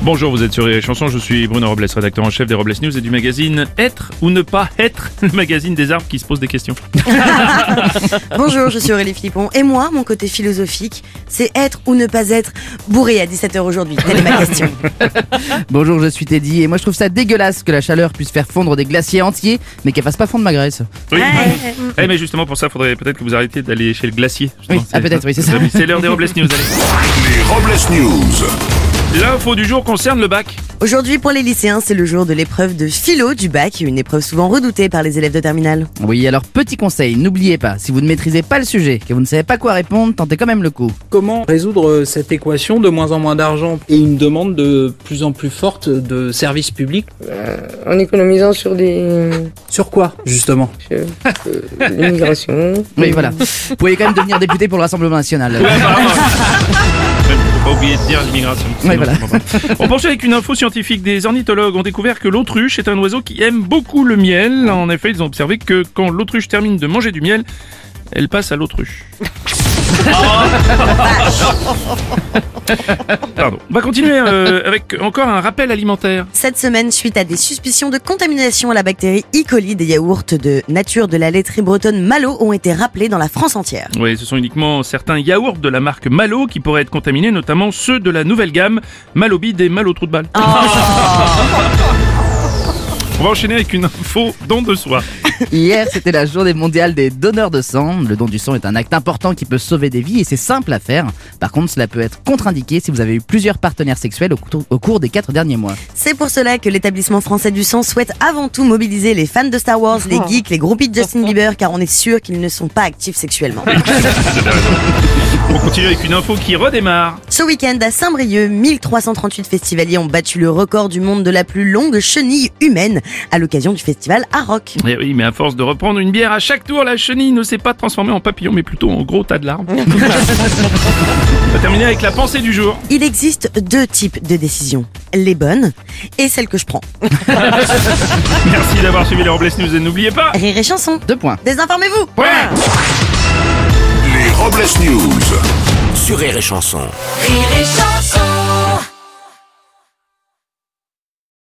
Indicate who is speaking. Speaker 1: Bonjour, vous êtes sur les chansons, je suis Bruno Robles, rédacteur en chef des Robles News et du magazine Être ou ne pas être, le magazine des arbres qui se pose des questions.
Speaker 2: Bonjour, je suis Aurélie Philippon. Et moi, mon côté philosophique, c'est être ou ne pas être bourré à 17h aujourd'hui. Telle est ma question.
Speaker 3: Bonjour, je suis Teddy et moi je trouve ça dégueulasse que la chaleur puisse faire fondre des glaciers entiers mais qu'elle fasse pas fondre ma graisse.
Speaker 1: Oui. Eh, mais justement pour ça, faudrait peut-être que vous arrêtiez d'aller chez le glacier. justement.
Speaker 3: Oui, ah, peut-être, oui, c'est ça.
Speaker 1: C'est l'heure des Robles News, allez.
Speaker 4: Les Robles News.
Speaker 1: L'info du jour concerne le bac.
Speaker 2: Aujourd'hui, pour les lycéens, c'est le jour de l'épreuve de philo du bac, une épreuve souvent redoutée par les élèves de terminale.
Speaker 3: Oui, alors petit conseil, n'oubliez pas, si vous ne maîtrisez pas le sujet, que vous ne savez pas quoi répondre, tentez quand même le coup.
Speaker 5: comment résoudre euh, cette équation de moins en moins d'argent et une demande de plus en plus forte de services publics
Speaker 6: en économisant sur des
Speaker 5: Sur quoi, justement
Speaker 6: euh, euh, l'immigration.
Speaker 3: Oui, voilà. Vous pouvez quand même devenir député pour le Rassemblement National.
Speaker 1: Apparemment. Faut pas oublier de dire l'immigration. sinon,
Speaker 3: Ouais, voilà.
Speaker 1: je comprends pas. On poursuit avec une info scientifique. Des ornithologues ont découvert que l'autruche est un oiseau qui aime beaucoup le miel. En effet, ils ont observé que quand l'autruche termine de manger du miel, elle passe à l'autruche. Oh. Pardon. On va continuer euh, avec encore un rappel alimentaire.
Speaker 2: Cette semaine, suite à des suspicions de contamination à la bactérie E. coli, des yaourts de nature de la laiterie bretonne Malo ont été rappelés dans la France entière.
Speaker 1: Oui, ce sont uniquement certains yaourts de la marque Malo qui pourraient être contaminés, notamment ceux de la nouvelle gamme Malobide et Malo Trou de Balle. On va enchaîner avec une info don de soi.
Speaker 3: Hier, c'était la journée mondiale des donneurs de sang. Le don du sang est un acte important qui peut sauver des vies et c'est simple à faire. Par contre, cela peut être contre-indiqué si vous avez eu plusieurs partenaires sexuels au, cou- au cours des quatre derniers mois.
Speaker 2: C'est pour cela que l'établissement français du sang souhaite avant tout mobiliser les fans de Star Wars, les geeks, les groupies de Justin Bieber, car on est sûr qu'ils ne sont pas actifs sexuellement.
Speaker 1: On continue avec une info qui redémarre.
Speaker 2: Ce week-end à Saint-Brieuc, 1338 festivaliers ont battu le record du monde de la plus longue chenille humaine à l'occasion du festival à Rock.
Speaker 1: Eh oui, mais à force de reprendre une bière à chaque tour, la chenille ne s'est pas transformée en papillon, mais plutôt en gros tas de larmes. On va terminer avec la pensée du jour.
Speaker 2: Il existe deux types de décisions, les bonnes et celles que je prends.
Speaker 1: Merci d'avoir suivi les Robles News et n'oubliez pas...
Speaker 2: Rire et chanson.
Speaker 3: Deux points.
Speaker 2: Désinformez-vous
Speaker 4: Les Robles News.
Speaker 7: Sur Rire et Chanson.
Speaker 8: Rire et chanson